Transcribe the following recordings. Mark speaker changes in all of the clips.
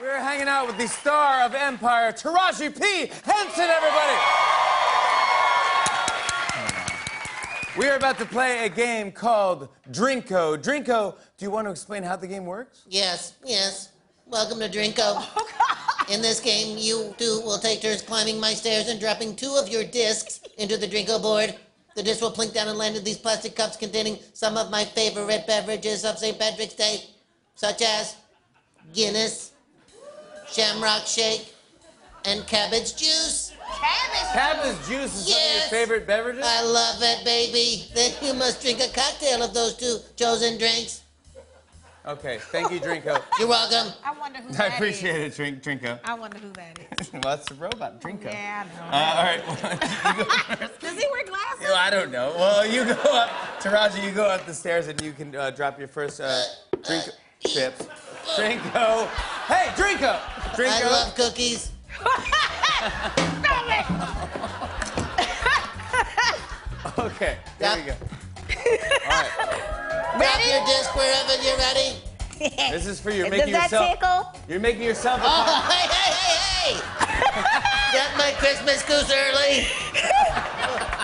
Speaker 1: We're hanging out with the star of Empire, Taraji P. Henson, everybody. We are about to play a game called Drinko. Drinko, do you want to explain how the game works?
Speaker 2: Yes, yes. Welcome to Drinko. In this game, you two will take turns climbing my stairs and dropping two of your discs into the Drinko board. The discs will plink down and land in these plastic cups containing some of my favorite beverages of St. Patrick's Day, such as Guinness, Shamrock Shake, and cabbage juice.
Speaker 1: Cabbage juice is some
Speaker 2: Yes.
Speaker 1: of your favorite beverages?
Speaker 2: I love it, baby. Then you must drink a cocktail of those two chosen drinks.
Speaker 1: Okay, thank you, Drinko.
Speaker 2: You're welcome.
Speaker 3: I wonder who
Speaker 1: I
Speaker 3: that is.
Speaker 1: appreciate it, Drink, Drinko.
Speaker 3: I wonder who that is.
Speaker 1: well, that's the robot, Drinko.
Speaker 3: Yeah, I know.
Speaker 1: Uh, all right. Well, you go first.
Speaker 3: Does he wear glasses?
Speaker 1: Well, I don't know. Well, you go up, Taraji, you go up the stairs and you can uh, drop your first uh, drink chips. Drinko. Hey, Drinko!
Speaker 2: I
Speaker 1: Drinko.
Speaker 2: love cookies.
Speaker 3: Stop it!
Speaker 1: okay, there we go. All right.
Speaker 2: Drop your disc wherever you're ready.
Speaker 1: This is for you. You're
Speaker 4: Does
Speaker 1: making
Speaker 4: that
Speaker 1: yourself.
Speaker 4: tickle?
Speaker 1: You're making yourself. A
Speaker 2: Oh, hey, hey, hey, hey! Got my Christmas goose early.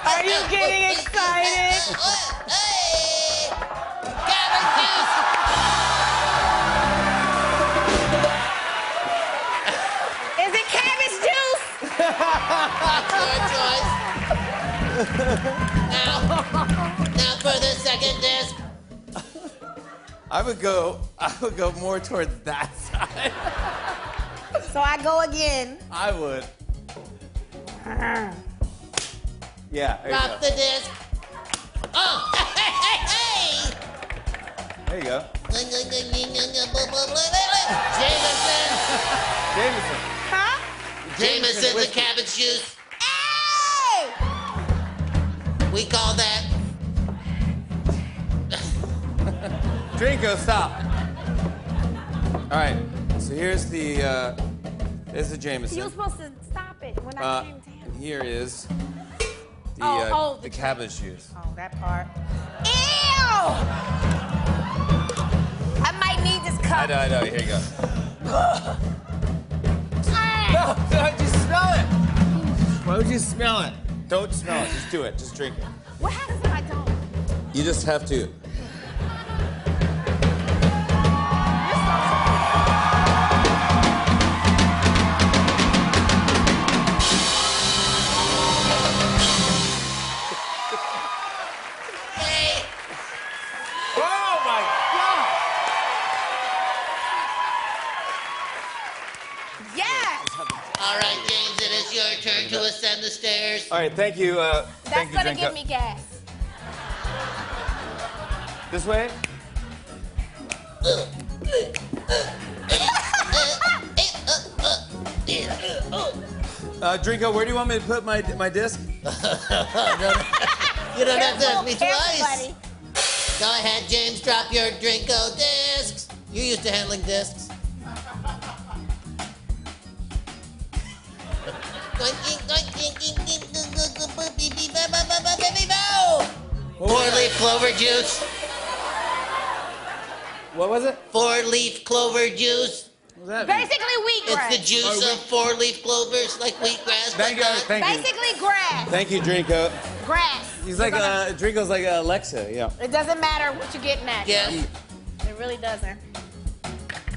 Speaker 4: Are you getting excited?
Speaker 2: hey! Cabbage juice!
Speaker 4: Is it cabbage juice?
Speaker 2: That's your choice. Now, now for the second disc.
Speaker 1: I would go. I would go more towards that side.
Speaker 4: So I go again.
Speaker 1: I would. Uh-huh. Yeah. There you
Speaker 2: Drop
Speaker 1: go.
Speaker 2: the disc. Oh, hey, hey, hey, hey!
Speaker 1: There you go.
Speaker 2: Jameson!
Speaker 1: Jameson.
Speaker 4: Huh?
Speaker 2: Jameson with cabbage juice.
Speaker 4: Hey!
Speaker 2: We call that
Speaker 1: Drinko, stop. All right. So here's the. Uh, there's the Jameson.
Speaker 4: You were supposed to stop it when I
Speaker 1: Uh,
Speaker 4: came down.
Speaker 1: and here is the,
Speaker 4: Oh,
Speaker 1: uh,
Speaker 4: oh,
Speaker 1: the,
Speaker 4: the
Speaker 1: cabbage juice.
Speaker 3: Oh, that part.
Speaker 4: Ew! I might need this
Speaker 1: I
Speaker 4: cup.
Speaker 1: know, I know. Here you go.
Speaker 4: Ah,
Speaker 1: No, no, just smell it. Why would you smell it? Don't smell it. Just do it. Just drink it.
Speaker 4: What happens if I don't?
Speaker 1: You just have to.
Speaker 2: hey.
Speaker 1: Oh my God!
Speaker 4: Yes!
Speaker 2: All right, James, it is your turn to ascend the stairs.
Speaker 1: All right, thank you. Uh, thank
Speaker 4: That's
Speaker 1: you,
Speaker 4: gonna
Speaker 1: Drinko.
Speaker 4: give me gas.
Speaker 1: This way. Uh, Drinko, where do you want me to put my my disc?
Speaker 2: You don't have to ask me
Speaker 4: Careful,
Speaker 2: twice.
Speaker 4: everybody.
Speaker 2: Go ahead, James, drop your Drinko discs. You're used to handling discs. Four-leaf clover juice.
Speaker 1: What was it?
Speaker 2: Four-leaf clover juice.
Speaker 1: What was that? mean?
Speaker 4: Basically
Speaker 2: It's the
Speaker 4: wheatgrass.
Speaker 2: juice of four-leaf clovers, like wheatgrass.
Speaker 1: Thank you.
Speaker 2: whatnot.
Speaker 1: Thank you.
Speaker 4: Basically grass.
Speaker 1: Thank you, Drinko.
Speaker 4: Grass.
Speaker 1: He's like uh, Drinko's like Alexa. Yeah.
Speaker 4: It doesn't matter what you're getting at.
Speaker 2: Yeah.
Speaker 4: It really doesn't.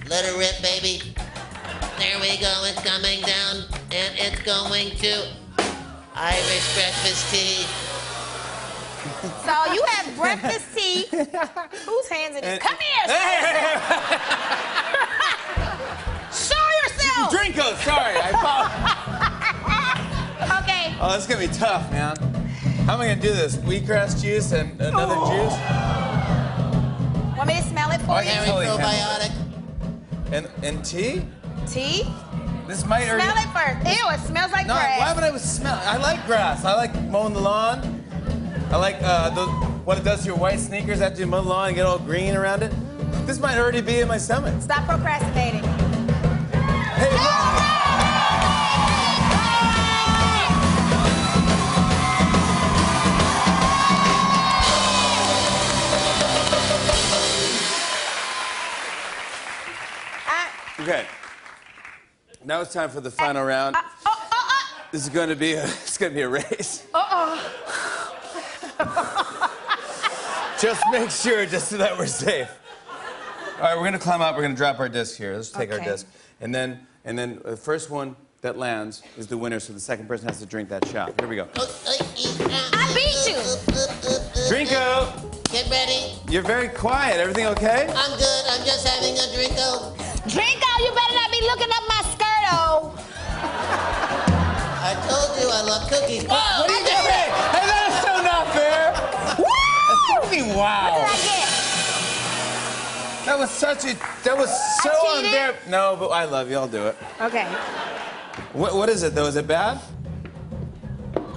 Speaker 2: Let it rip, baby. There we go. It's coming down, and it's going to Irish breakfast tea.
Speaker 4: So you have breakfast tea. Whose hands it is? Come here!
Speaker 1: Hey, hey, hey, hey.
Speaker 4: Show yourself!
Speaker 1: Drinko, sorry. I apologize.
Speaker 4: Okay.
Speaker 1: Oh, this is gonna be tough, man. How am I gonna do this? Wheatgrass juice and another
Speaker 4: Oh.
Speaker 1: juice,
Speaker 4: Want me to smell it for
Speaker 1: I
Speaker 4: you?
Speaker 1: can
Speaker 2: Harry
Speaker 1: Holy
Speaker 2: probiotic.
Speaker 1: and and tea.
Speaker 4: Tea?
Speaker 1: This might already.
Speaker 4: Smell it first. Ew, it smells like
Speaker 1: No, why
Speaker 4: grass.
Speaker 1: would I smell? I like grass. I like mowing the lawn. I like uh, the, what it does to your white sneakers after you mow the lawn and get all green around it. This might already be in my stomach.
Speaker 4: Stop procrastinating.
Speaker 1: Hey, look.
Speaker 4: I,
Speaker 1: Okay. Now it's time for the final round.
Speaker 4: Oh, oh,
Speaker 1: This is going to be a, it's going to be a race.
Speaker 4: oh, uh-oh.
Speaker 1: Just make sure, just so that we're safe. All right, we're gonna climb up. We're gonna drop our disc here. Let's take our
Speaker 4: Okay.
Speaker 1: disc, and then and then the first one that lands is the winner. So the second person has to drink that shot. Here we go.
Speaker 2: Oh, I
Speaker 4: beat you.
Speaker 2: you.
Speaker 1: Drinko,
Speaker 2: Get ready.
Speaker 1: you're very quiet. Everything okay?
Speaker 2: I'm good. I'm just having a drinko.
Speaker 4: Drinko, oh, you better not be looking up my skirt, oh.
Speaker 2: I told you I love cookies.
Speaker 4: Whoa,
Speaker 1: Hey, hey, that is so not fair.
Speaker 4: Woo!
Speaker 1: I mean, wow.
Speaker 4: I get
Speaker 1: That was such a that was so
Speaker 4: I cheated.
Speaker 1: unfair. No, but I love you. I'll do it.
Speaker 4: Okay.
Speaker 1: What what is it though? Is it bad?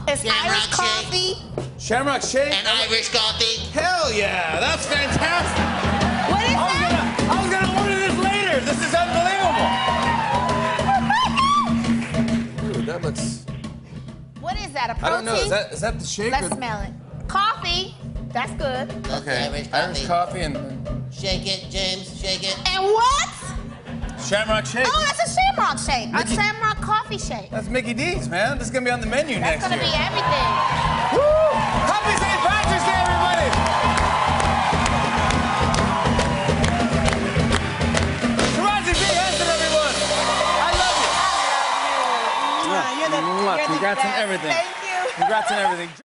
Speaker 4: It's
Speaker 2: Shamrock
Speaker 4: Irish
Speaker 2: shake.
Speaker 4: coffee.
Speaker 1: Shamrock shake.
Speaker 2: An Irish coffee.
Speaker 1: Hell yeah, that's fantastic.
Speaker 4: What is
Speaker 1: I was
Speaker 4: that?
Speaker 1: gonna, I was gonna order this later. This is unbelievable. Dude, that looks.
Speaker 4: What is that? A protein?
Speaker 1: I don't know. Is that is that the shake?
Speaker 4: Let's
Speaker 1: or-
Speaker 4: smell it. Coffee. That's good.
Speaker 2: That's
Speaker 1: Okay.
Speaker 2: Irish coffee.
Speaker 1: Irish coffee and
Speaker 2: Shake it, James. Shake it.
Speaker 4: And what?
Speaker 1: Shamrock Shake.
Speaker 4: Oh, that's a shamrock shake. A
Speaker 1: Mickey-
Speaker 4: shamrock coffee shake.
Speaker 1: That's Mickey D's, man. This is gonna be on the menu next
Speaker 4: That's gonna
Speaker 1: year.
Speaker 4: be everything.
Speaker 1: Woo! Happy St. Patrick's Day, everybody! Taraji P. Henson, everyone. I love you.
Speaker 3: You're the- you're
Speaker 1: Mwah.
Speaker 3: the
Speaker 1: Congrats on
Speaker 3: best.
Speaker 1: everything.
Speaker 3: Thank you.
Speaker 1: Congrats on everything.